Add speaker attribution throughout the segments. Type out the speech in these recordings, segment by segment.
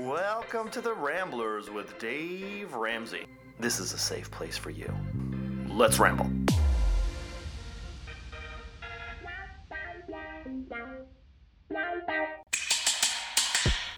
Speaker 1: Welcome to the Ramblers with Dave Ramsey. This is a safe place for you. Let's ramble.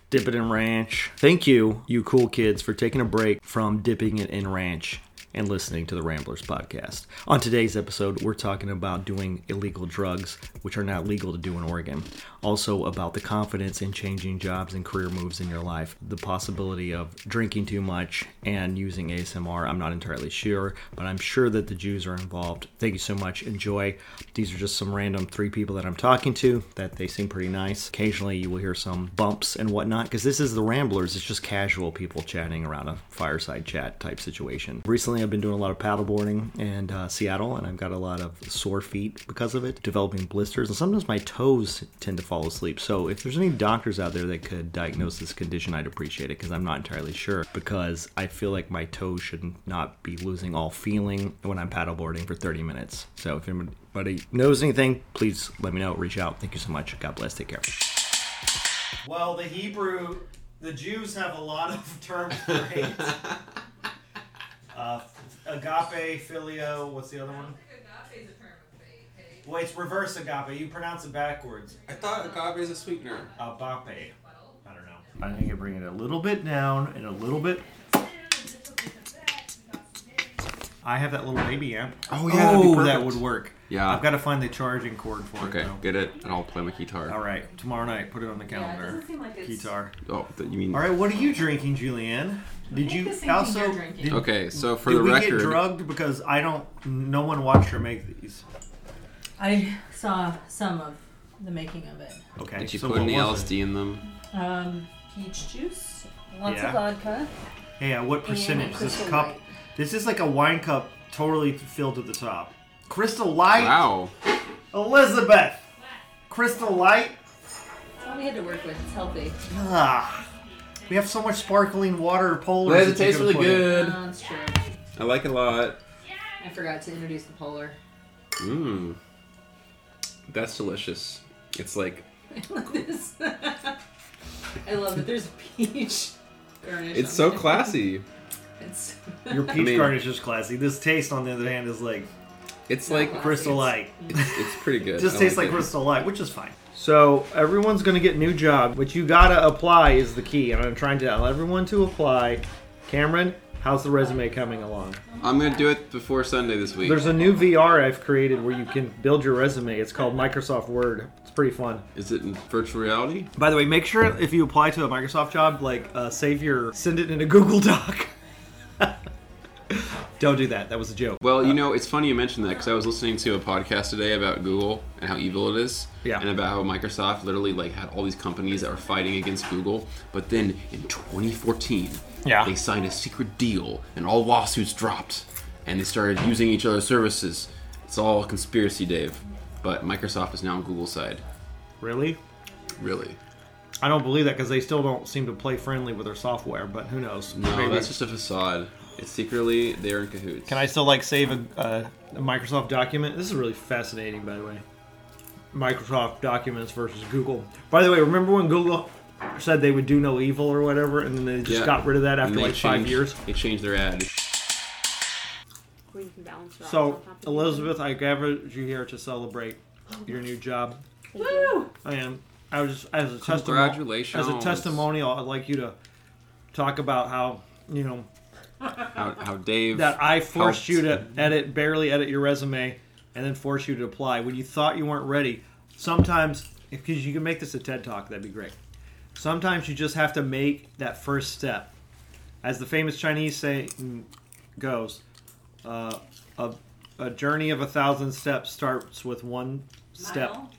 Speaker 2: Dip it in ranch. Thank you, you cool kids, for taking a break from dipping it in ranch and listening to the Ramblers podcast. On today's episode, we're talking about doing illegal drugs, which are not legal to do in Oregon. Also, about the confidence in changing jobs and career moves in your life, the possibility of drinking too much and using ASMR. I'm not entirely sure, but I'm sure that the Jews are involved. Thank you so much. Enjoy. These are just some random three people that I'm talking to that they seem pretty nice. Occasionally, you will hear some bumps and whatnot because this is the Ramblers. It's just casual people chatting around a fireside chat type situation. Recently, I've been doing a lot of paddleboarding in uh, Seattle, and I've got a lot of sore feet because of it, developing blisters, and sometimes my toes tend to fall asleep. So, if there's any doctors out there that could diagnose this condition, I'd appreciate it because I'm not entirely sure. Because I feel like my toes should not be losing all feeling when I'm paddleboarding for 30 minutes. So, if anybody knows anything, please let me know. Reach out. Thank you so much. God bless. Take care.
Speaker 3: Well, the Hebrew, the Jews have a lot of terms for hate. uh, agape, filio, what's the other one? Well, it's reverse agape. You pronounce it backwards.
Speaker 4: I thought agave is a sweetener.
Speaker 3: Abape. I don't know.
Speaker 2: I think you bring it a little bit down and a little bit.
Speaker 3: I have that little baby amp.
Speaker 2: Oh
Speaker 4: yeah, that'd be
Speaker 2: that
Speaker 4: perfect.
Speaker 2: would work.
Speaker 4: Yeah.
Speaker 3: I've got to find the charging cord for it.
Speaker 4: Okay,
Speaker 3: though.
Speaker 4: get it, and I'll play my guitar.
Speaker 3: All right, tomorrow night. Put it on the
Speaker 5: Yeah, it
Speaker 3: calendar.
Speaker 5: doesn't seem like it's.
Speaker 3: Guitar.
Speaker 4: Oh, th- you mean?
Speaker 3: All right, what are you drinking, Julianne? Did
Speaker 5: think
Speaker 3: you
Speaker 5: the same thing
Speaker 3: also?
Speaker 5: you're drinking.
Speaker 3: did-
Speaker 4: Okay, so for
Speaker 3: did
Speaker 4: the
Speaker 3: we
Speaker 4: record,
Speaker 3: get drugged because I don't. No one watched her make these.
Speaker 5: I saw some of the making of it.
Speaker 3: Okay.
Speaker 4: did you
Speaker 3: so
Speaker 4: put
Speaker 3: what
Speaker 4: any
Speaker 3: was it?
Speaker 4: LSD in them?
Speaker 5: Um, peach juice, lots
Speaker 3: Yeah.
Speaker 5: of vodka.
Speaker 3: Hey, at what percentage?
Speaker 5: And
Speaker 3: This
Speaker 5: Crystal
Speaker 3: cup.
Speaker 5: Light.
Speaker 3: This is like a wine cup, totally filled to the top. Crystal Light.
Speaker 4: Wow.
Speaker 3: Elizabeth. Crystal Light.
Speaker 5: That's all we had to work with. It's healthy.
Speaker 3: Ah, we have so much sparkling water. Polar.
Speaker 5: Uh, that's true.
Speaker 4: I like it a lot.
Speaker 5: I forgot to introduce the polar.
Speaker 4: Mmm. That's delicious. It's like
Speaker 5: I love this. I love that there's a peach garnish.
Speaker 4: it's
Speaker 5: on
Speaker 4: so
Speaker 5: it.
Speaker 4: classy.
Speaker 5: It's,
Speaker 3: Your peach
Speaker 4: I mean-
Speaker 3: garnish is classy. This taste, on the other hand, is like
Speaker 4: It's like
Speaker 3: Crystal Light.
Speaker 4: it's, it's pretty good.
Speaker 3: It just
Speaker 4: I
Speaker 3: tastes like
Speaker 4: it.
Speaker 3: Crystal Light, which is fine. So everyone's gonna get new job. What you gotta apply is the key, and I'm trying to tell everyone to apply. Cameron, how's the resume coming along?
Speaker 4: I'm gonna do it before Sunday this week.
Speaker 3: There's a new VR I've created where you can build your resume. It's called Microsoft Word. It's pretty fun.
Speaker 4: Is it in virtual reality?
Speaker 3: By the way, make sure if you apply to a Microsoft job, like uh, save your send it in a Google Doc. Don't do that. That was a joke.
Speaker 4: Well, you know, it's funny you mentioned that because I was listening to a podcast today about Google and how evil it is,
Speaker 3: Yeah.
Speaker 4: and about how Microsoft literally like had all these companies that were fighting against Google, but then in 2014,
Speaker 3: Yeah.
Speaker 4: they signed a secret deal and all lawsuits dropped, and they started using each other's services. It's all a conspiracy, Dave. But Microsoft is now on Google's side,
Speaker 3: Really?
Speaker 4: really.
Speaker 3: I don't believe that because they still don't seem to play friendly with their software. But who knows?
Speaker 4: No,
Speaker 3: Maybe-
Speaker 4: Oh, that's just a facade. It's secretly they're in cahoots.
Speaker 3: Can I still like save a, uh, a Microsoft document? This is really fascinating, by the way. Microsoft documents versus Google. By the way, remember when Google said they would do no evil or whatever, and then they just got rid of that
Speaker 4: And
Speaker 3: after
Speaker 4: they
Speaker 3: like five
Speaker 4: changed-
Speaker 3: years?
Speaker 4: They changed their ad.
Speaker 6: Well, you can balance it out
Speaker 3: So,
Speaker 6: on top of
Speaker 3: Elizabeth, I gathered you here to celebrate your new job,
Speaker 6: it. Woo!
Speaker 3: and I was just, as a testimonial.
Speaker 4: Congratulations.
Speaker 3: As a testimonial, I'd like you to talk about how you know
Speaker 4: How, how Dave.
Speaker 3: that I forced
Speaker 4: helped.
Speaker 3: you to edit, barely edit your resume, and then forced you to apply when you thought you weren't ready. Sometimes, because you can make this a TED Talk, that'd be great. Sometimes you just have to make that first step. As the famous Chinese saying goes, uh, a, a journey of a thousand steps starts with one step.
Speaker 5: Mile,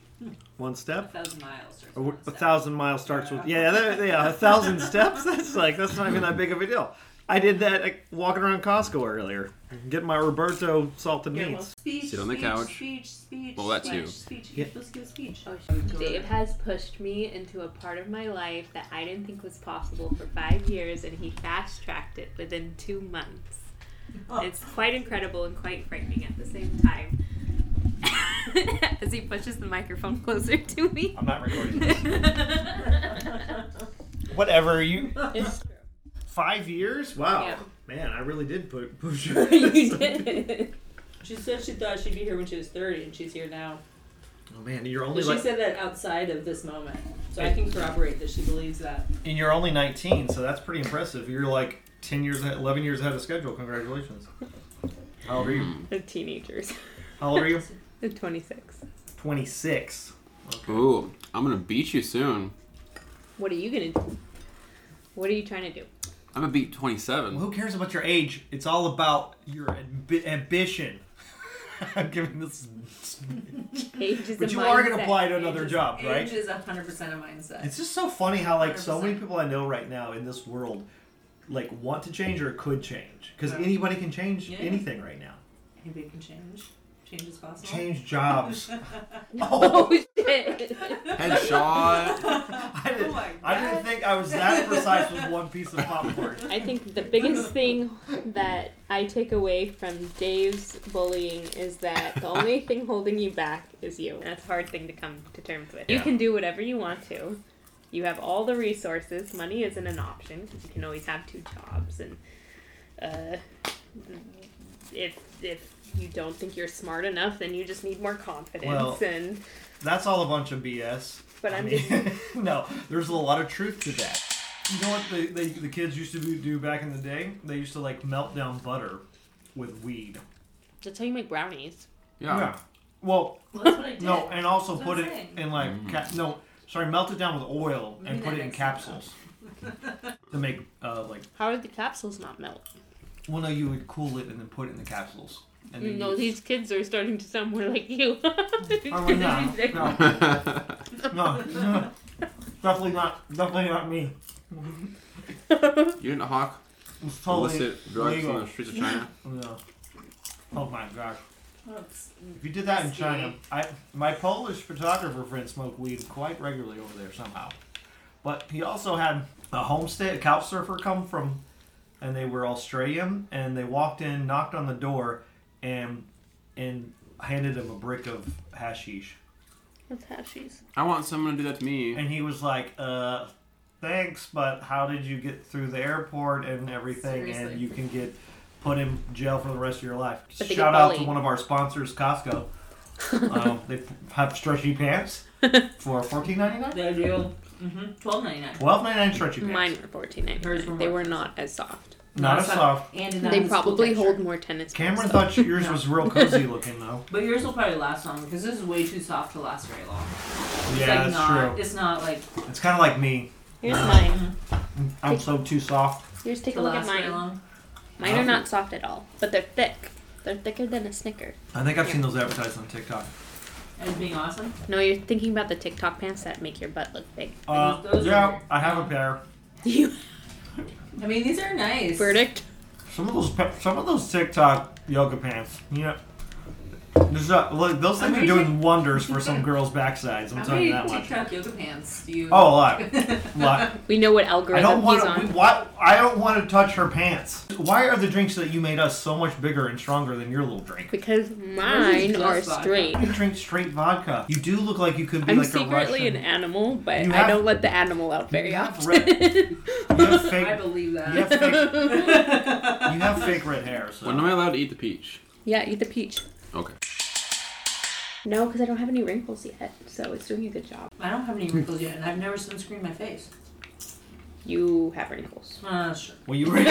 Speaker 3: One
Speaker 5: a
Speaker 3: step?
Speaker 5: thousand miles.
Speaker 3: A,
Speaker 5: Or
Speaker 3: w-
Speaker 5: one
Speaker 3: a
Speaker 5: step.
Speaker 3: thousand miles starts with yeah, that, yeah, a thousand steps. That's like that's not even that big of a deal. I did that like, walking around Costco earlier, getting my Roberto salted
Speaker 5: Yeah, well,
Speaker 3: meats.
Speaker 5: speech,
Speaker 4: Sit on the
Speaker 5: speech,
Speaker 4: couch.
Speaker 5: Speech, speech,
Speaker 4: Well, that
Speaker 5: speech,
Speaker 4: too.
Speaker 5: Speech.
Speaker 3: Yeah.
Speaker 5: You're supposed to give a speech.
Speaker 6: Dave has pushed me into a part of my life that I didn't think was possible for five years, and he fast tracked it within two months.
Speaker 3: Oh.
Speaker 6: It's quite incredible and quite frightening at the same time. As he pushes the microphone closer to me.
Speaker 3: I'm not recording.
Speaker 6: That's
Speaker 3: whatever you
Speaker 6: It's true.
Speaker 3: five years. Wow,
Speaker 6: Yeah.
Speaker 3: man, I really did put push
Speaker 6: you did it.
Speaker 5: She said she thought she'd be here when she was 30, and she's here now.
Speaker 3: Oh man, you're only
Speaker 5: But she
Speaker 3: like
Speaker 5: said that outside of this moment. So I can corroborate that she believes that.
Speaker 3: and you're only 19, so that's pretty impressive. You're like 10 years, ahead, 11 years ahead of schedule. Congratulations. How old are you?
Speaker 6: The teenagers.
Speaker 3: How old are you?
Speaker 6: The 26.
Speaker 3: 26.
Speaker 4: Ooh, I'm gonna beat you soon.
Speaker 6: What are you going to do? What are you trying to do?
Speaker 4: I'm gonna beat 27.
Speaker 3: Well, who cares about your age? It's all about your ambi- ambition. I'm giving this,
Speaker 6: Age is a
Speaker 3: but you are going
Speaker 6: mindset.
Speaker 3: to apply to another job, right?
Speaker 5: Age is 100% a mindset.
Speaker 3: It's just so funny how like so many
Speaker 5: 100%.
Speaker 3: people I know right now in this world like want to change or could change because anybody can change
Speaker 5: Yeah.
Speaker 3: anything right now.
Speaker 5: Anything can change. Change is possible.
Speaker 3: Change jobs.
Speaker 6: Oh, shit.
Speaker 4: Headshot.
Speaker 3: I didn't,
Speaker 5: Oh my
Speaker 3: I didn't
Speaker 5: God.
Speaker 3: think I was that precise with one piece of popcorn.
Speaker 6: I think the biggest thing that I take away from Dave's bullying is that the only thing holding you back is you. That's a hard thing to come to terms with. You
Speaker 4: Yeah.
Speaker 6: can do whatever you want to. You have all the resources. Money isn't an option because you can always have two jobs. And uh, if if you don't think you're smart enough, then you just need more confidence.
Speaker 3: Well-
Speaker 6: and
Speaker 3: That's all a bunch of BS.
Speaker 6: But I'm
Speaker 3: no, there's a lot of truth to that. You know what the, the, the kids used to do- do back in the day? They used to like melt down butter with weed.
Speaker 6: that's how you make brownies.
Speaker 4: Yeah.
Speaker 3: Well,
Speaker 5: Well, that's what I did.
Speaker 3: no, and also
Speaker 5: That's
Speaker 3: put
Speaker 5: what
Speaker 3: it
Speaker 5: I'm saying.
Speaker 3: in like
Speaker 4: Mm.
Speaker 3: ca- no, sorry, melt it down with oil
Speaker 5: Maybe
Speaker 3: and put
Speaker 5: that
Speaker 3: it in
Speaker 5: makes sense.
Speaker 3: capsules to make uh, like.
Speaker 6: How did the capsules not melt?
Speaker 3: Well, no, you would cool it and then put it in the capsules. And
Speaker 6: You
Speaker 3: then
Speaker 6: know,
Speaker 3: you-
Speaker 6: these kids are starting to sound more like you.
Speaker 3: Oh, well, no, no, no, no, definitely not, definitely not me.
Speaker 4: you didn't hawk
Speaker 3: It's totally
Speaker 4: illicit drugs
Speaker 3: legal.
Speaker 4: on the streets of China.
Speaker 3: No. Oh my gosh.
Speaker 5: Oh, it's-
Speaker 3: If you did that in
Speaker 5: Steve.
Speaker 3: China, I my Polish photographer friend smoked weed quite regularly over there somehow. But he also had a homestead, a couch surfer come from, and they were Australian, and they walked in, knocked on the door, and and handed him a brick of hashish,
Speaker 6: That's hashies.
Speaker 4: I want someone to do that to me.
Speaker 3: and he was like, uh. Thanks, but how did you get through the airport and everything? And
Speaker 5: Seriously.
Speaker 3: you can get put in jail for the rest of your life.
Speaker 6: But they
Speaker 3: Shout
Speaker 6: get
Speaker 3: out to
Speaker 6: bullied.
Speaker 3: one of our sponsors, Costco. um, they have stretchy pants for fourteen ninety nine.
Speaker 5: They do. Mm-hmm. Twelve ninety nine.
Speaker 3: Twelve ninety nine stretchy pants.
Speaker 6: Mine were fourteen
Speaker 5: Hers were
Speaker 6: ninety nine. They
Speaker 5: more
Speaker 6: were not as soft.
Speaker 3: Not as soft.
Speaker 5: And did not
Speaker 6: They
Speaker 5: have a school
Speaker 6: probably
Speaker 5: picture.
Speaker 6: hold more tennis.
Speaker 3: Cameron
Speaker 6: balls,
Speaker 3: thought yours was real cozy looking though.
Speaker 5: But yours will probably last long because this is way too soft to last very long. It's
Speaker 3: yeah,
Speaker 5: like
Speaker 3: that's
Speaker 5: not,
Speaker 3: true.
Speaker 5: It's not like
Speaker 3: It's kind of like me.
Speaker 6: though. Here's mine.
Speaker 3: I'm so too soft.
Speaker 6: Here's take
Speaker 5: to
Speaker 6: a look at
Speaker 5: last very
Speaker 6: mine.
Speaker 5: long.
Speaker 6: Mine are not soft at all, but they're thick. They're thicker than a Snicker.
Speaker 3: I think I've seen those advertised on TikTok.
Speaker 5: As being awesome.
Speaker 6: No, you're thinking about the TikTok pants that make your butt look big.
Speaker 3: Uh,
Speaker 5: Those are
Speaker 3: yeah,
Speaker 5: weird.
Speaker 3: I have a pair.
Speaker 6: You
Speaker 5: I mean, these are nice.
Speaker 6: verdict?
Speaker 3: Some of those, pa- some of those TikTok yoga pants. Yeah. There's not, look, those things are
Speaker 5: many
Speaker 3: doing wonders for some girls' backsides. I'm
Speaker 5: How
Speaker 3: telling
Speaker 5: many
Speaker 3: you that much.
Speaker 5: TikTok yoga pants do you?
Speaker 3: Oh, a lot, a lot.
Speaker 6: We know what
Speaker 3: I
Speaker 6: algorithm
Speaker 3: don't want
Speaker 6: he's
Speaker 3: to.
Speaker 6: on.
Speaker 3: Why? I don't want to touch her pants. Why are the drinks that you made us so much bigger and stronger than your little drink?
Speaker 6: Because mine
Speaker 5: just
Speaker 6: are
Speaker 5: vodka.
Speaker 6: straight.
Speaker 3: You drink straight vodka. You do look like you could be
Speaker 6: I'm
Speaker 3: like
Speaker 6: secretly
Speaker 3: a Russian.
Speaker 6: an animal, but
Speaker 3: You
Speaker 6: I
Speaker 3: have-
Speaker 6: don't let the animal out very
Speaker 3: you have
Speaker 6: often.
Speaker 3: red. You have
Speaker 5: I
Speaker 3: fake.
Speaker 5: believe that.
Speaker 3: You have fake, you have fake red hair. So
Speaker 4: When am I allowed to eat the peach?
Speaker 6: yeah, eat the peach.
Speaker 4: Okay.
Speaker 6: No, because I don't have any wrinkles yet, so it's doing a good job.
Speaker 5: I don't have any wrinkles yet, and I've never sunscreened my face.
Speaker 6: You have wrinkles.
Speaker 5: Uh, sure.
Speaker 3: well, you were,
Speaker 5: you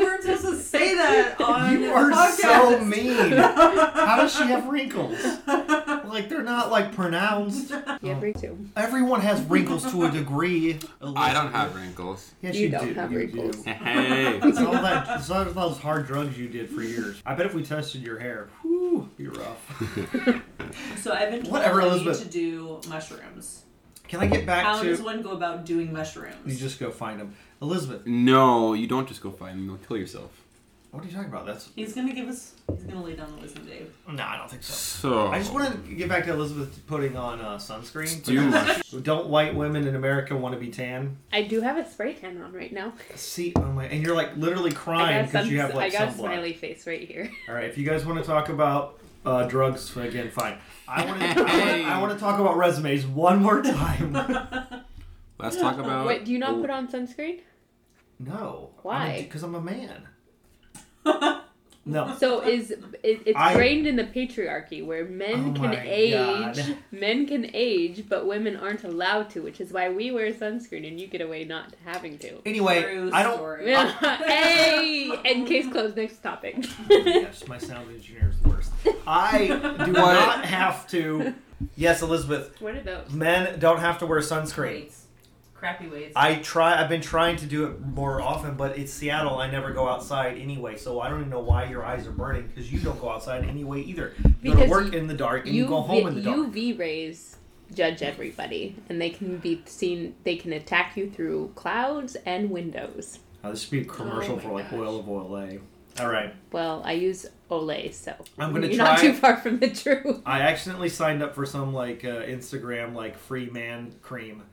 Speaker 5: weren't supposed to say that on
Speaker 3: you are so mean. How does she have wrinkles? Like they're not like pronounced. Oh.
Speaker 6: You have wrinkles too.
Speaker 3: Everyone has wrinkles to a degree.
Speaker 4: I don't have wrinkles.
Speaker 3: Yes,
Speaker 6: You
Speaker 3: you
Speaker 6: don't
Speaker 3: do.
Speaker 6: have
Speaker 3: You do.
Speaker 6: wrinkles.
Speaker 4: Hey.
Speaker 3: It's all that, it's all those hard drugs you did for years. I bet if we tested your hair, whew, you're rough.
Speaker 5: So I've been told
Speaker 3: Whatever,
Speaker 5: I need
Speaker 3: Elizabeth.
Speaker 5: to do mushrooms.
Speaker 3: Can I get back
Speaker 5: How
Speaker 3: to?
Speaker 5: does one go about doing mushrooms?
Speaker 3: You just go find them, Elizabeth.
Speaker 4: No, you don't just go find them. You'll kill yourself.
Speaker 1: What are you talking about? That's
Speaker 5: He's gonna give us. He's gonna lay down the wisdom, Dave.
Speaker 3: No, I don't think so.
Speaker 4: So
Speaker 3: I just want to get back to Elizabeth putting on uh, sunscreen.
Speaker 4: do
Speaker 3: Don't white women in America want to be tan?
Speaker 6: I do have a spray tan on right now.
Speaker 3: See, oh my, and you're like literally
Speaker 6: I
Speaker 3: crying
Speaker 6: got, some,
Speaker 3: because you have
Speaker 6: I
Speaker 3: like
Speaker 6: got a
Speaker 3: sunblock.
Speaker 6: smiley face right here.
Speaker 3: All right, if you guys want to talk about uh, drugs again, fine. I want to.
Speaker 4: Hey.
Speaker 3: I want to talk about resumes one more time.
Speaker 4: let's talk
Speaker 3: Uh,
Speaker 4: about
Speaker 6: Wait, do you
Speaker 3: oh.
Speaker 6: not put on sunscreen?
Speaker 3: No.
Speaker 6: Why?
Speaker 3: Because I'm a man. No.
Speaker 6: So is it, it's
Speaker 3: I-
Speaker 6: framed in the patriarchy where men
Speaker 3: Oh
Speaker 6: can
Speaker 3: my
Speaker 6: age,
Speaker 3: God.
Speaker 6: men can age, but women aren't allowed to, which is why we wear sunscreen and you get away not having to.
Speaker 3: Anyway,
Speaker 5: True
Speaker 3: I don't.
Speaker 5: Story.
Speaker 6: hey, and case closed. Next topic.
Speaker 3: Yes, my sound engineer is the worst. I do not have to. Yes, Elizabeth.
Speaker 6: what are those?
Speaker 3: Men don't have to wear sunscreen.
Speaker 5: Weights. Crappy weights.
Speaker 3: I try. I've been trying to do it more often, but it's Seattle. I never go outside anyway, so I don't even know why your eyes are burning because you don't go outside anyway either. You go
Speaker 6: Because
Speaker 3: to work
Speaker 6: you-
Speaker 3: in the dark and you, go home in the dark.
Speaker 6: UV rays judge everybody, and they can be seen. They can attack you through clouds and windows.
Speaker 3: Oh, this should be a commercial
Speaker 5: Oh my
Speaker 3: for like
Speaker 5: gosh.
Speaker 3: oil of Olay. All right,
Speaker 6: Well, I use Olay, so
Speaker 3: I'm gonna
Speaker 6: you're
Speaker 3: try-
Speaker 6: not too far from the truth.
Speaker 3: I accidentally signed up for some like uh, Instagram like free man cream,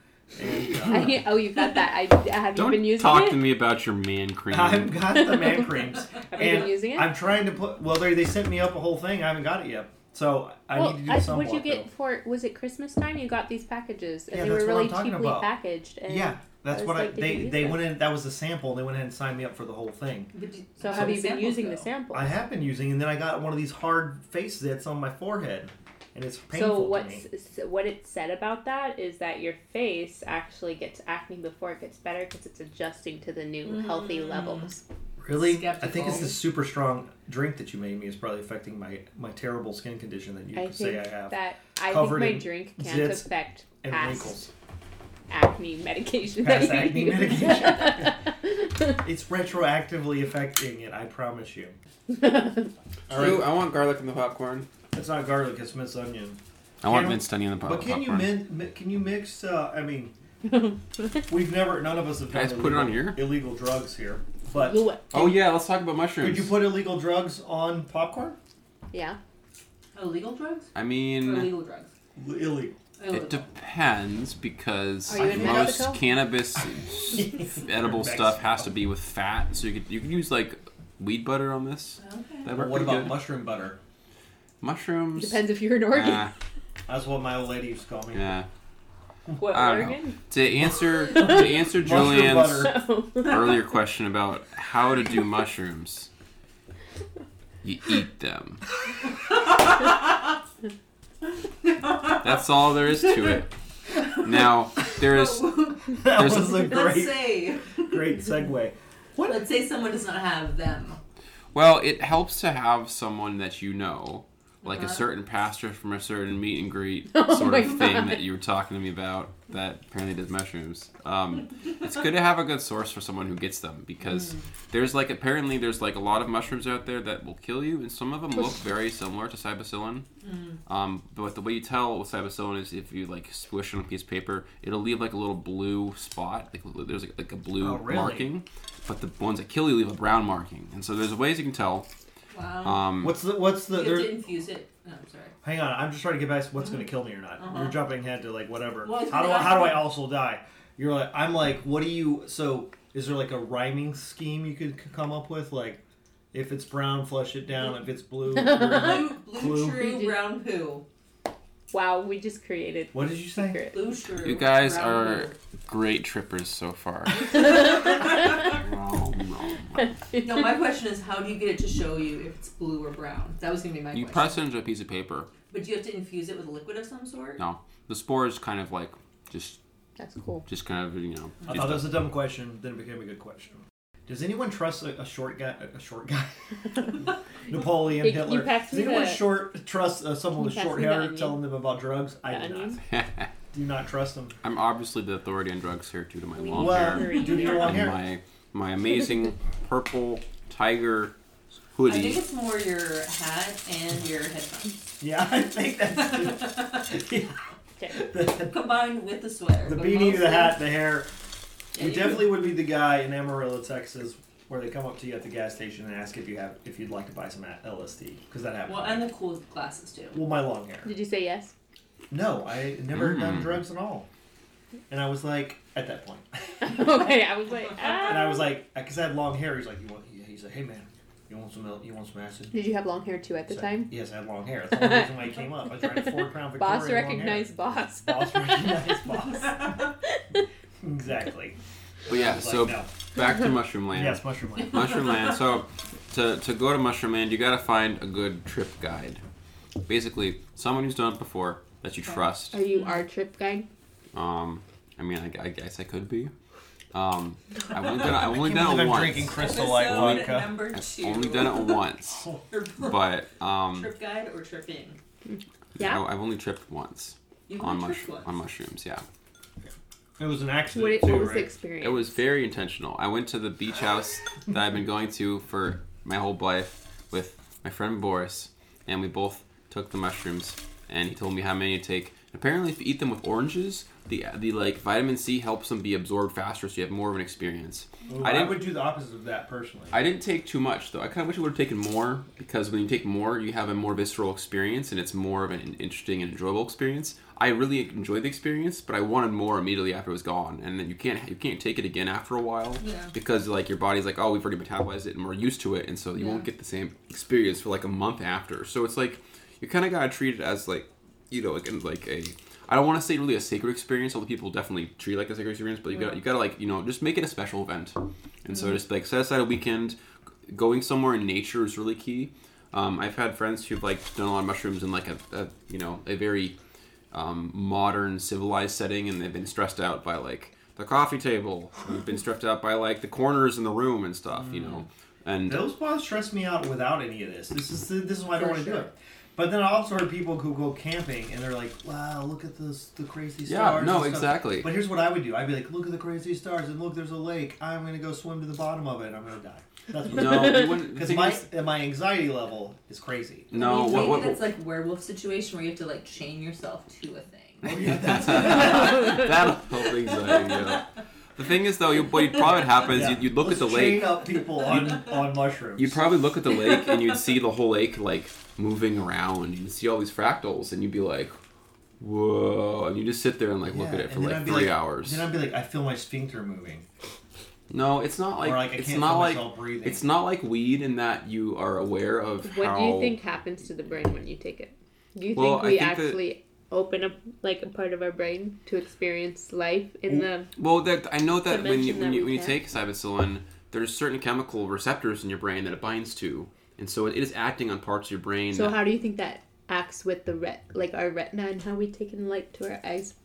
Speaker 3: and uh,
Speaker 6: I, oh, you got that? I have you been
Speaker 4: Don't
Speaker 6: using
Speaker 4: talk
Speaker 6: it?
Speaker 4: to me about your man cream.
Speaker 3: I've got the man creams.
Speaker 6: Have you
Speaker 3: and
Speaker 6: been using it?
Speaker 3: I'm trying to put. Well, they they sent me up a whole thing. I haven't got it yet, so I
Speaker 6: well,
Speaker 3: need to
Speaker 6: I-
Speaker 3: do some.
Speaker 6: what'd you
Speaker 3: walkthrough.
Speaker 6: get for? Was it Christmas time? You got these packages, and
Speaker 3: Yeah,
Speaker 6: they
Speaker 3: that's
Speaker 6: were
Speaker 3: what
Speaker 6: really
Speaker 3: I'm talking
Speaker 6: cheaply
Speaker 3: about.
Speaker 6: packaged. And
Speaker 3: Yeah, that's
Speaker 6: I was
Speaker 3: what I
Speaker 6: like, did you
Speaker 3: they
Speaker 6: use
Speaker 3: they
Speaker 6: this?
Speaker 3: went in. That was the sample. They went ahead and signed me up for the whole thing.
Speaker 5: But d-
Speaker 6: So,
Speaker 5: how
Speaker 6: have
Speaker 5: did
Speaker 6: you been
Speaker 5: samples
Speaker 6: using
Speaker 5: go?
Speaker 6: the sample?
Speaker 3: I have been using, and then I got one of these hard faces that's on my forehead, and it's painful
Speaker 6: So
Speaker 3: to me.
Speaker 6: what's s- what it said about that is that your face actually gets acne before it gets better because it's adjusting to the new healthy levels.
Speaker 3: Really, I think
Speaker 5: skeptical.
Speaker 3: it's the super strong drink that you made me is probably affecting my my terrible skin condition that you
Speaker 6: I
Speaker 3: could say
Speaker 6: think
Speaker 3: I have
Speaker 6: that I think
Speaker 3: covered
Speaker 6: my
Speaker 3: in
Speaker 6: drink can't
Speaker 3: zits
Speaker 6: affect
Speaker 3: and
Speaker 6: past
Speaker 3: wrinkles.
Speaker 6: acne medication.
Speaker 3: Past
Speaker 6: that
Speaker 3: acne
Speaker 6: you use.
Speaker 3: It's retroactively affecting it. I promise you. All
Speaker 4: Ooh,
Speaker 3: right,
Speaker 4: I want garlic in the popcorn.
Speaker 3: it's not garlic. It's minced onion.
Speaker 4: I want
Speaker 3: Can-
Speaker 4: minced onion in the pop-
Speaker 3: But can you
Speaker 4: popcorn.
Speaker 3: min, mi- can you mix? Uh, I mean, we've never none of us have
Speaker 4: Can I
Speaker 3: done
Speaker 4: just put it
Speaker 3: illegal-
Speaker 4: on here?
Speaker 3: illegal drugs here. But
Speaker 6: You what?
Speaker 4: oh yeah, let's talk about mushrooms.
Speaker 3: could you put illegal drugs on popcorn?
Speaker 6: yeah.
Speaker 5: Illegal Oh, drugs
Speaker 4: I
Speaker 5: or
Speaker 3: Mm.
Speaker 4: mean,
Speaker 5: legal drugs?
Speaker 3: L- Illegal.
Speaker 4: it
Speaker 5: Illegal.
Speaker 4: depends because
Speaker 6: Are you in
Speaker 4: most
Speaker 6: Mexico?
Speaker 4: cannabis edible stuff has to be with fat, so you could you could use like weed butter on this.
Speaker 5: Okay.
Speaker 4: That
Speaker 3: But
Speaker 4: worked
Speaker 3: what
Speaker 4: pretty
Speaker 3: about
Speaker 4: good.
Speaker 3: mushroom butter?
Speaker 4: mushrooms?
Speaker 6: Depends if you're in Oregon.
Speaker 4: Ah,
Speaker 3: That's what my old lady used to call me.
Speaker 4: yeah.
Speaker 6: what
Speaker 4: I don't know.
Speaker 6: Oregon?
Speaker 4: To answer to answer
Speaker 3: Mushroom
Speaker 4: Julian's
Speaker 3: butter.
Speaker 4: earlier question about how to do mushrooms. You eat them. That's all there is to it. Now there is
Speaker 3: That
Speaker 4: There's-
Speaker 3: was a
Speaker 5: Let's
Speaker 3: great,
Speaker 5: say
Speaker 3: great segue.
Speaker 5: let's say someone does not have them.
Speaker 4: well, it helps to have someone that you know, like a certain pastor from a certain meet and greet sort
Speaker 6: Uh-huh. Oh my
Speaker 4: of thing
Speaker 6: God.
Speaker 4: that you were talking to me about that apparently does mushrooms. Um, it's good to have a good source for someone who gets them because there's like apparently there's like a lot of mushrooms out there that will kill you, and some of them look very similar to psilocybin. Um, but the way you tell with psilocybin is if you like squish it on a piece of paper, it'll leave like a little blue spot. Like there's like, like a blue
Speaker 3: Oh, really?
Speaker 4: marking, but the ones that kill you leave a brown marking. And so there's ways you can tell.
Speaker 5: Wow.
Speaker 4: Um,
Speaker 3: What's the what's the?
Speaker 5: you have
Speaker 3: There,
Speaker 5: to infuse it. No, I'm sorry.
Speaker 3: hang on, I'm just trying to get back to what's going to kill me or not.
Speaker 5: Uh-huh.
Speaker 3: You're jumping ahead to like whatever.
Speaker 5: Well, it's
Speaker 3: how do I,
Speaker 5: gonna
Speaker 3: how do I
Speaker 5: happen.
Speaker 3: also die? You're like I'm like what do you? So is there like a rhyming scheme you could c- come up with? Like if it's brown, flush it down. If it's blue, you're like-
Speaker 5: Blue, blue,
Speaker 3: Clue.
Speaker 5: shrew, brown poo.
Speaker 6: Wow, we just created.
Speaker 3: what did you say?
Speaker 6: secret.
Speaker 5: Blue shrew.
Speaker 4: you guys
Speaker 5: brown
Speaker 4: are great trippers so far. Nom, nom.
Speaker 5: poo. No, my question is, how do you get it to show you if it's blue or brown? That was gonna be my
Speaker 4: You
Speaker 5: question.
Speaker 4: press it into a piece of paper.
Speaker 5: But do you have to infuse it with a liquid of some sort?
Speaker 4: No, the spore is kind of like just
Speaker 6: That's cool.
Speaker 4: just kind of you know.
Speaker 3: I
Speaker 4: just-
Speaker 3: thought that was a dumb question. Then it became a good question. Does anyone trust a, a short guy? A short guy? Napoleon
Speaker 6: You- you
Speaker 3: Hitler.
Speaker 6: passed
Speaker 3: Does
Speaker 6: me
Speaker 3: anyone
Speaker 6: the-
Speaker 3: short trust uh, someone
Speaker 6: you
Speaker 3: with
Speaker 6: passed
Speaker 3: short
Speaker 6: me the
Speaker 3: hair
Speaker 6: onion.
Speaker 3: telling them about drugs?
Speaker 6: The
Speaker 3: I do not.
Speaker 6: onion?
Speaker 3: Do not trust them.
Speaker 4: I'm obviously the authority on drugs here due to my long
Speaker 3: Well,
Speaker 4: hair
Speaker 6: Three.
Speaker 3: due to your long
Speaker 4: and
Speaker 3: hair.
Speaker 4: my my amazing purple tiger
Speaker 5: I think
Speaker 4: hoodie.
Speaker 5: it's more your hat and your headphones
Speaker 3: Yeah, I think that's yeah,
Speaker 6: Okay.
Speaker 3: the,
Speaker 5: combined with the sweater.
Speaker 3: the
Speaker 5: but
Speaker 3: beanie,
Speaker 5: mostly-
Speaker 3: the hat, the hair.
Speaker 5: Yeah,
Speaker 3: You
Speaker 5: you-
Speaker 3: definitely would be the guy in Amarillo, Texas, where they come up to you at the gas station and ask if you have if you'd like to buy some LSD because that happened.
Speaker 5: Well, and the cool glasses too.
Speaker 3: well, my long hair.
Speaker 6: Did you say yes?
Speaker 3: No, I had never done
Speaker 4: Mm.
Speaker 3: drugs at all, and I was like at that point,
Speaker 6: okay, I was like, ah.
Speaker 3: and I was like because I had long hair. He's like, you want? He's like, hey man, you want some? L- You want some acid?
Speaker 6: Did you have long hair too at the
Speaker 3: So-
Speaker 6: time?
Speaker 3: Yes, I had long hair. That's the only reason why he came up. I tried a four crown Victoria.
Speaker 6: Boss
Speaker 3: long hair.
Speaker 6: recognized boss.
Speaker 3: Boss recognized boss. exactly.
Speaker 4: But
Speaker 3: I
Speaker 4: yeah,
Speaker 3: was
Speaker 4: so
Speaker 3: like, no.
Speaker 4: back to Mushroom Land.
Speaker 3: Yes, mushroom land.
Speaker 4: Mushroom Land. So to, to go to Mushroom Land, you got to find a good trip guide. Basically, someone who's done it before that you trust.
Speaker 6: Are you our trip guide?
Speaker 4: Um, I mean, I, I guess I could be. Um, I've only done it, I've only
Speaker 3: I can't
Speaker 4: done
Speaker 3: believe
Speaker 4: it
Speaker 3: I'm
Speaker 4: once. uh,
Speaker 3: drinking Crystal Light
Speaker 5: Episode
Speaker 3: vodka.
Speaker 5: Number
Speaker 4: I've
Speaker 5: two.
Speaker 4: only done it once, but um,
Speaker 5: trip guide or trip in?
Speaker 6: Yeah.
Speaker 4: I, I've only tripped once
Speaker 5: You
Speaker 4: on
Speaker 5: only
Speaker 4: mush-
Speaker 5: tripped once.
Speaker 4: on mushrooms. Yeah,
Speaker 3: It was an accident
Speaker 6: What,
Speaker 3: too,
Speaker 6: what was
Speaker 3: right?
Speaker 6: the experience?
Speaker 4: it was very intentional. I went to the beach house that I've been going to for my whole life with my friend Boris, and we both took the mushrooms, and he told me how many to take. Apparently, if you eat them with oranges, the the like vitamin C helps them be absorbed faster, so you have more of an experience.
Speaker 3: Ooh,
Speaker 4: I
Speaker 3: I,
Speaker 4: didn't-
Speaker 3: would do the opposite of that personally.
Speaker 4: I didn't take too much though. I kind of wish I would have taken more because when you take more, you have a more visceral experience and it's more of an interesting and enjoyable experience. I really enjoyed the experience, but I wanted more immediately after it was gone, and then you can't you can't take it again after a while
Speaker 5: Yeah.
Speaker 4: because like your body's like oh we've already metabolized it and we're used to it, and so you
Speaker 5: Yeah.
Speaker 4: won't get the same experience for like a month after. So it's like you kind of gotta treat it as like you know like like a I don't want to say really a sacred experience. Although people definitely treat it like a sacred experience, but you got to you got to like you know just make it a special event. And so
Speaker 3: Mm-hmm.
Speaker 4: just like set aside a weekend, going somewhere in nature is really key. Um, I've had friends who've like done a lot of mushrooms in like a, a you know a very um, modern civilized setting, and they've been stressed out by like the coffee table. They've been stressed out by like the corners in the room and stuff. You know, and
Speaker 3: Mm. Those bonds stress me out without any of this. This is the, this is why I don't
Speaker 6: For
Speaker 3: want to do
Speaker 6: sure.
Speaker 3: it. But then I also heard people who go camping and they're like, "Wow, look at this the crazy
Speaker 4: Yeah,
Speaker 3: stars."
Speaker 4: no,
Speaker 3: and stuff."
Speaker 4: exactly.
Speaker 3: But here's what I would do. I'd be like, "Look at the crazy stars and look, there's a lake. I'm gonna go swim to the bottom of it. and I'm gonna die." That's what
Speaker 4: no, you wouldn't- the
Speaker 3: because
Speaker 4: thing
Speaker 3: my
Speaker 4: is-
Speaker 3: my anxiety level is crazy.
Speaker 4: no,
Speaker 5: Maybe
Speaker 4: what, what,
Speaker 5: it's like werewolf situation where you have to like chain yourself to a thing.
Speaker 4: That'll help anxiety. Yeah. The thing is, though, you, what you'd probably happens.
Speaker 3: Yeah.
Speaker 4: You'd, you'd look
Speaker 3: Let's
Speaker 4: at the
Speaker 3: chain
Speaker 4: lake.
Speaker 3: up people on, on mushrooms.
Speaker 4: You'd probably look at the lake and you'd see the whole lake like moving around. You'd see all these fractals, and you'd be like, "Whoa!" And you just sit there and like look
Speaker 3: Yeah,
Speaker 4: at it for
Speaker 3: and then
Speaker 4: like
Speaker 3: I'd be
Speaker 4: three hours.
Speaker 3: Then I'd be like, I feel my sphincter moving.
Speaker 4: No, it's not like,
Speaker 3: Or, like, I
Speaker 4: it's
Speaker 3: can't
Speaker 4: not
Speaker 3: feel
Speaker 4: like
Speaker 3: myself breathing.
Speaker 4: it's not like weed in that you are aware of
Speaker 6: What
Speaker 4: how.
Speaker 6: do you think happens to the brain when you take it? Do you
Speaker 4: Well,
Speaker 6: think
Speaker 4: I
Speaker 6: we
Speaker 4: think that-
Speaker 6: actually open up like a part of our brain to experience life in the?
Speaker 4: Well, that I know that when you,
Speaker 6: Dimension
Speaker 4: when
Speaker 6: that
Speaker 4: you
Speaker 6: we
Speaker 4: when you
Speaker 6: can't.
Speaker 4: take psilocybin, there's certain chemical receptors in your brain that it binds to, and so it is acting on parts of your brain.
Speaker 6: So
Speaker 4: that-
Speaker 6: how do you think that acts with the ret like our retina and how we take in light to our eyes?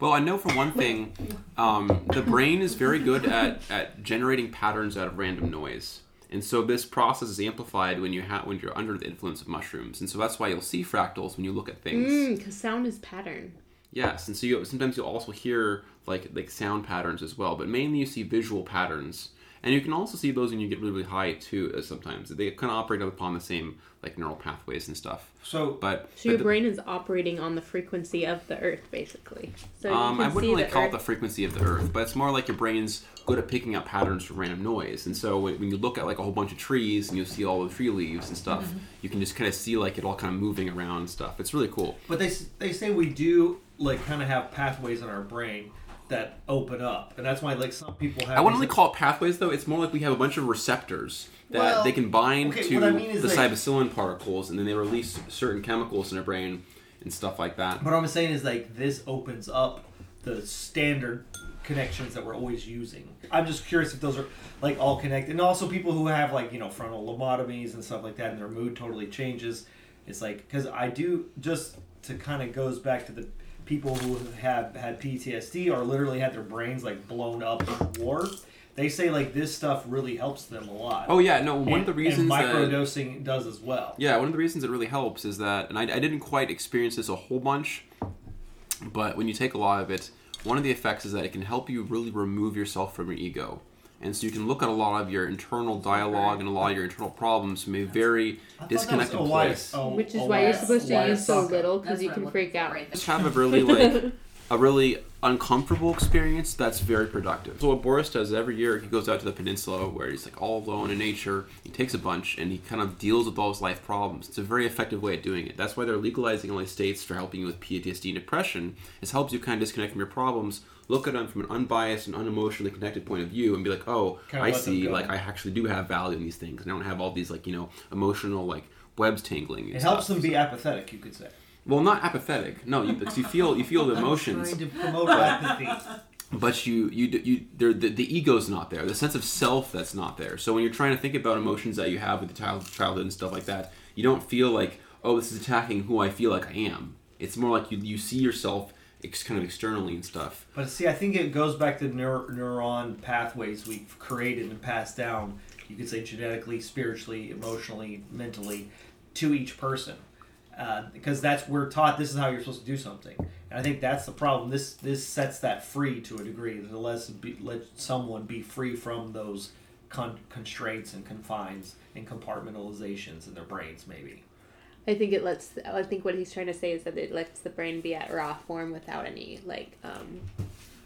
Speaker 4: Well, I know for one thing, um, the brain is very good at, at generating patterns out of random noise. And so this process is amplified when you ha- when you're under the influence of mushrooms, and so that's why you'll see fractals when you look at things.
Speaker 6: Because Mm, sound is pattern.
Speaker 4: Yes, and so you sometimes you'll also hear like like sound patterns as well, but mainly you see visual patterns, and you can also see those when you get really, really high too. uh, Sometimes they kind of operate upon the same like neural pathways and stuff.
Speaker 3: So
Speaker 4: But
Speaker 6: So
Speaker 4: but
Speaker 6: your
Speaker 4: the-
Speaker 6: brain is operating on the frequency of the earth, basically. So
Speaker 4: Um,
Speaker 6: you
Speaker 4: I wouldn't
Speaker 6: can see
Speaker 4: really
Speaker 6: the
Speaker 4: call
Speaker 6: earth.
Speaker 4: it the frequency of the Earth, but it's more like your brain's good at picking up patterns from random noise. And so when, when you look at like a whole bunch of trees and you see all the tree leaves and stuff,
Speaker 3: Mm-hmm.
Speaker 4: you can just kind of see like it all kind of moving around and stuff. It's really cool.
Speaker 3: But they s- they say we do like kind of have pathways in our brain that open up, and that's why like some people have.
Speaker 4: I wouldn't
Speaker 3: these-
Speaker 4: really call it pathways though. It's more like we have a bunch of receptors that
Speaker 3: Well,
Speaker 4: they can bind
Speaker 3: okay,
Speaker 4: to
Speaker 3: what I mean is,
Speaker 4: the
Speaker 3: like-
Speaker 4: cybacillin particles, and then they release certain chemicals in our brain and stuff like that.
Speaker 3: What I'm saying is like this opens up the standard connections that we're always using. I'm just curious if those are like all connected, and also people who have like you know frontal lobotomies and stuff like that, and their mood totally changes. It's like because I do just to kind of goes back to the people who have had PTSD or literally had their brains like blown up in war. They say like this stuff really helps them a lot.
Speaker 4: Oh yeah, no. One of
Speaker 3: And-
Speaker 4: the reasons
Speaker 3: and
Speaker 4: that
Speaker 3: microdosing does as well.
Speaker 4: Yeah, one of the reasons it really helps is that, and I, I didn't quite experience this a whole bunch, but when you take a lot of it, one of the effects is that it can help you really remove yourself from your ego. And so you can look at a lot of your internal dialogue and a lot of your internal problems from a very
Speaker 3: I thought that was
Speaker 4: disconnected
Speaker 3: a wise-
Speaker 4: place.
Speaker 3: a-
Speaker 6: Which is
Speaker 3: a
Speaker 6: why you're
Speaker 3: wise-
Speaker 6: supposed to
Speaker 3: wise
Speaker 6: use so
Speaker 3: sucker.
Speaker 6: little because
Speaker 5: That's
Speaker 6: you
Speaker 5: what
Speaker 6: can
Speaker 5: I'm
Speaker 6: freak
Speaker 5: looking for
Speaker 6: out.
Speaker 5: Right there.
Speaker 4: Just have a really like a really uncomfortable experience that's very productive. So what Boris does every year, he goes out to the peninsula where he's like all alone in nature. He takes a bunch and he kind of deals with all his life problems. It's a very effective way of doing it. That's why they're legalizing only states for helping you with PTSD and depression. It helps you kind of disconnect from your problems, look at them from an unbiased and unemotionally connected point of view, and be like, oh,
Speaker 3: Kinda
Speaker 4: I
Speaker 3: let them
Speaker 4: see,
Speaker 3: go.
Speaker 4: like I actually do have value in these things, and I don't have all these like you know emotional like webs tingling. and
Speaker 3: It helps
Speaker 4: stuff.
Speaker 3: them be apathetic, you could say.
Speaker 4: well, not apathetic. No, you, because you feel you feel the emotions.
Speaker 3: Trying to promote apathy.
Speaker 4: but you you d- you there the, the ego's not there the sense of self that's not there so when you're trying to think about emotions that you have with the child childhood and stuff like that you don't feel like oh this is attacking who i feel like i am it's more like you you see yourself ex- kind of externally and stuff
Speaker 3: But see, I think it goes back to neur- neuron pathways we've created and passed down. You could say genetically, spiritually, emotionally, mentally, to each person, uh, because that's we're taught this is how you're supposed to do something. And I think that's the problem. This this sets that free to a degree. It lets be, let someone be free from those con- constraints and confines and compartmentalizations in their brains, maybe.
Speaker 6: I think it lets. I think what he's trying to say is that it lets the brain be at raw form without any like um,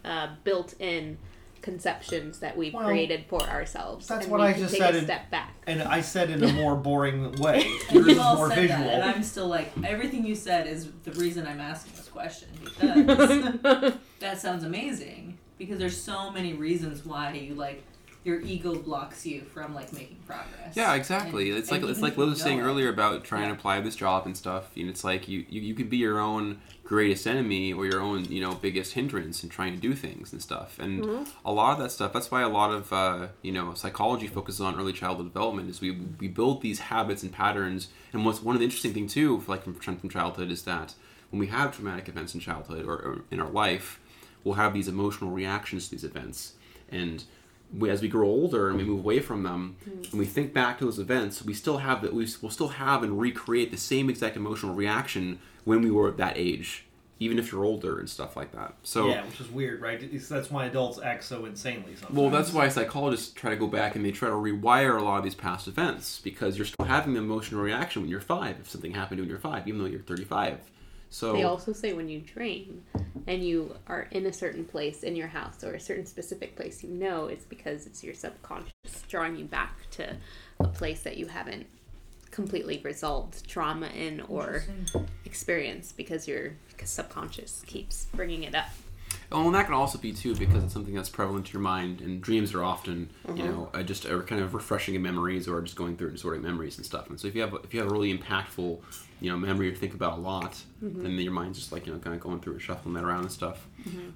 Speaker 6: uh, built-in conceptions that we've
Speaker 3: Well,
Speaker 6: created for ourselves.
Speaker 3: that's
Speaker 6: and
Speaker 3: what
Speaker 6: we
Speaker 3: I
Speaker 6: can
Speaker 3: just
Speaker 6: take
Speaker 3: said
Speaker 6: A
Speaker 3: in-
Speaker 6: step back.
Speaker 3: And I said in a more boring way. Yours is
Speaker 5: You've all
Speaker 3: more
Speaker 5: said
Speaker 3: visual.
Speaker 5: that, and I'm still like, everything you said is the reason I'm asking this question because that sounds amazing. Because there's so many reasons why you like your ego blocks you from like making progress.
Speaker 4: yeah exactly
Speaker 5: And-
Speaker 4: it's like
Speaker 5: and
Speaker 4: it's
Speaker 5: even
Speaker 4: like
Speaker 5: if you
Speaker 4: liz was saying
Speaker 5: know it.
Speaker 4: earlier about trying to
Speaker 5: Yeah.
Speaker 4: apply this job and stuff and it's like you, you you could be your own greatest enemy or your own you know biggest hindrance in trying to do things and stuff and
Speaker 5: Mm-hmm.
Speaker 4: a lot of that stuff that's why a lot of uh, you know psychology focuses on early childhood development is we we build these habits and patterns and what's one of the interesting thing too like from from childhood is that when we have traumatic events in childhood or, or in our life we'll have these emotional reactions to these events and we, as we grow older and we move away from them and we think back to those events we still have that we will still have and recreate the same exact emotional reaction when we were at that age even if you're older and stuff like that so
Speaker 3: yeah, which is weird, right? It's, that's why adults act so insanely. Sometimes.
Speaker 4: well that's why psychologists try to go back and they try to rewire a lot of these past events because you're still having the emotional reaction when you're five if something happened when you're five even though you're 35 so
Speaker 6: They
Speaker 4: Oh.
Speaker 6: also say when you drain and you are in a certain place in your house or a certain specific place, you know it's because it's your subconscious drawing you back to a place that you haven't completely resolved trauma in or experience because your subconscious keeps bringing it up.
Speaker 4: Oh, and that can also be too because it's something that's prevalent to your mind, and dreams are often, you know, uh, just uh, kind of refreshing of memories or just going through and sorting memories and stuff. And so if you have if you have a really impactful, you know, memory you think about a lot, then your mind's just like you know kind of going through and shuffling that around and stuff.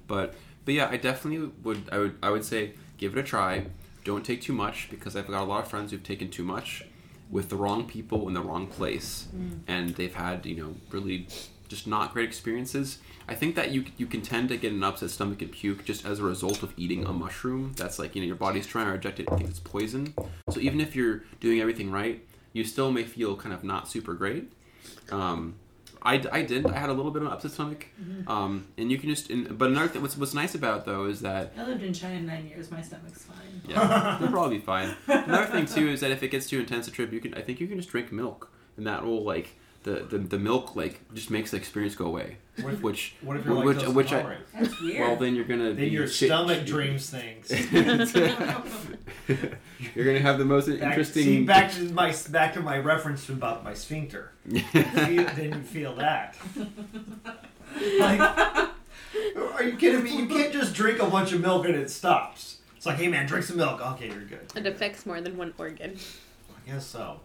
Speaker 4: But but yeah, I definitely would I would I would say give it a try. Don't take too much because I've got a lot of friends who've taken too much with the wrong people in the wrong place, and they've had you know really just not great experiences. I think that you you can tend to get an upset stomach and puke just as a result of eating a mushroom. That's like you know your body's trying to reject it because it's poison. So even if you're doing everything right, you still may feel kind of not super great. Um, I, I did. I had a little bit of an upset stomach.
Speaker 3: Mm-hmm.
Speaker 4: Um, and you can just. And, but another thing, what's what's nice about it, though is that
Speaker 5: I lived in China nine years. My stomach's fine.
Speaker 4: yeah, it'll probably be fine. Another thing too is that if it gets too intense a trip, you can I think you can just drink milk, and that will like the the, the milk like just makes the experience go away.
Speaker 3: What if-
Speaker 4: which
Speaker 3: What if you're
Speaker 4: which
Speaker 3: lactose
Speaker 4: which I
Speaker 3: intolerant?
Speaker 5: That's weird.
Speaker 4: well then you're gonna
Speaker 3: Then
Speaker 4: be
Speaker 3: your
Speaker 4: shit-
Speaker 3: stomach dreams things.
Speaker 4: uh, you're gonna have the most
Speaker 3: Back,
Speaker 4: interesting.
Speaker 3: See, back to my back to my reference about my sphincter. See, then you feel that. Like, are you kidding me? You can't just drink a bunch of milk and it stops. It's like, hey man, drink some milk. Okay, you're good.
Speaker 6: It affects more than one organ.
Speaker 3: I guess so.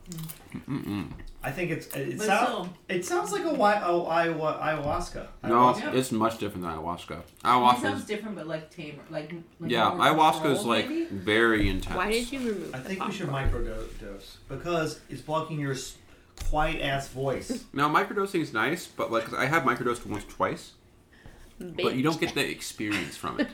Speaker 3: I think it's it,
Speaker 5: But
Speaker 3: sounds
Speaker 5: still.
Speaker 3: it sounds like a wi- oh, Iowa, ayahuasca.
Speaker 4: no,
Speaker 5: Yeah.
Speaker 4: it's much different than ayahuasca.
Speaker 5: it sounds
Speaker 4: Ayahuasca.
Speaker 5: different, but like tamer. Like, like
Speaker 4: Yeah,
Speaker 5: more
Speaker 4: ayahuasca is
Speaker 5: controlled,
Speaker 4: like
Speaker 5: maybe?
Speaker 4: very intense.
Speaker 6: Why did you remove
Speaker 3: I
Speaker 6: the
Speaker 3: think we should
Speaker 6: popcorn?
Speaker 3: microdose because it's blocking your s- quiet ass voice.
Speaker 4: Now microdosing is nice, but like 'cause I have microdosed once or twice, but you don't get the experience from it.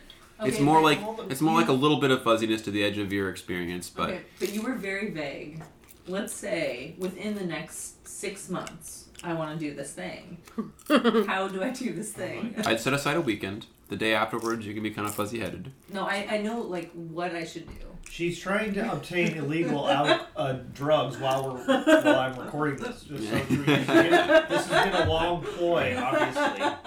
Speaker 4: it's
Speaker 5: Okay,
Speaker 4: more
Speaker 5: but-
Speaker 4: like
Speaker 3: hold on.
Speaker 4: it's more like a little bit of fuzziness to the edge of your experience, but
Speaker 5: okay, but you were very vague. Let's say within the next six months, I want to do this thing. How do I do this thing?
Speaker 4: I'd set aside a weekend. The day afterwards, you can be kind of fuzzy headed.
Speaker 5: No, I, I know like what I should do.
Speaker 3: She's trying to obtain illegal al- uh, drugs while we're while I'm recording this. Just so she- this has been a long ploy, obviously. What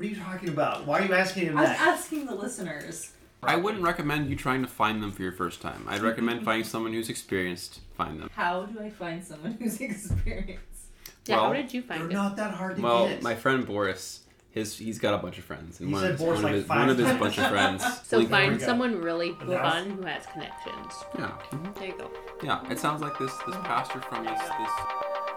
Speaker 3: are you talking about? Why are you asking him
Speaker 5: I was
Speaker 3: that?
Speaker 5: asking the listeners.
Speaker 4: I wouldn't recommend you trying to find them for your first time. I'd recommend finding someone who's experienced. Find them.
Speaker 5: How do I find someone who's experienced?
Speaker 6: Yeah, how
Speaker 4: Well,
Speaker 6: did you
Speaker 3: They're
Speaker 6: find it?
Speaker 3: not that hard to
Speaker 4: Well,
Speaker 3: get.
Speaker 4: my friend Boris, his he's got a bunch of friends, and
Speaker 3: He
Speaker 4: one,
Speaker 3: said
Speaker 4: of his,
Speaker 3: Boris
Speaker 4: one,
Speaker 3: like
Speaker 4: of, his,
Speaker 3: five
Speaker 4: one of his
Speaker 3: times.
Speaker 4: bunch of friends.
Speaker 6: so
Speaker 4: Link-
Speaker 3: we
Speaker 6: find
Speaker 3: go.
Speaker 6: someone really
Speaker 3: Announce-
Speaker 6: fun who has connections.
Speaker 4: Yeah, mhm.
Speaker 6: There you go.
Speaker 4: yeah. It sounds like this this pastor from this this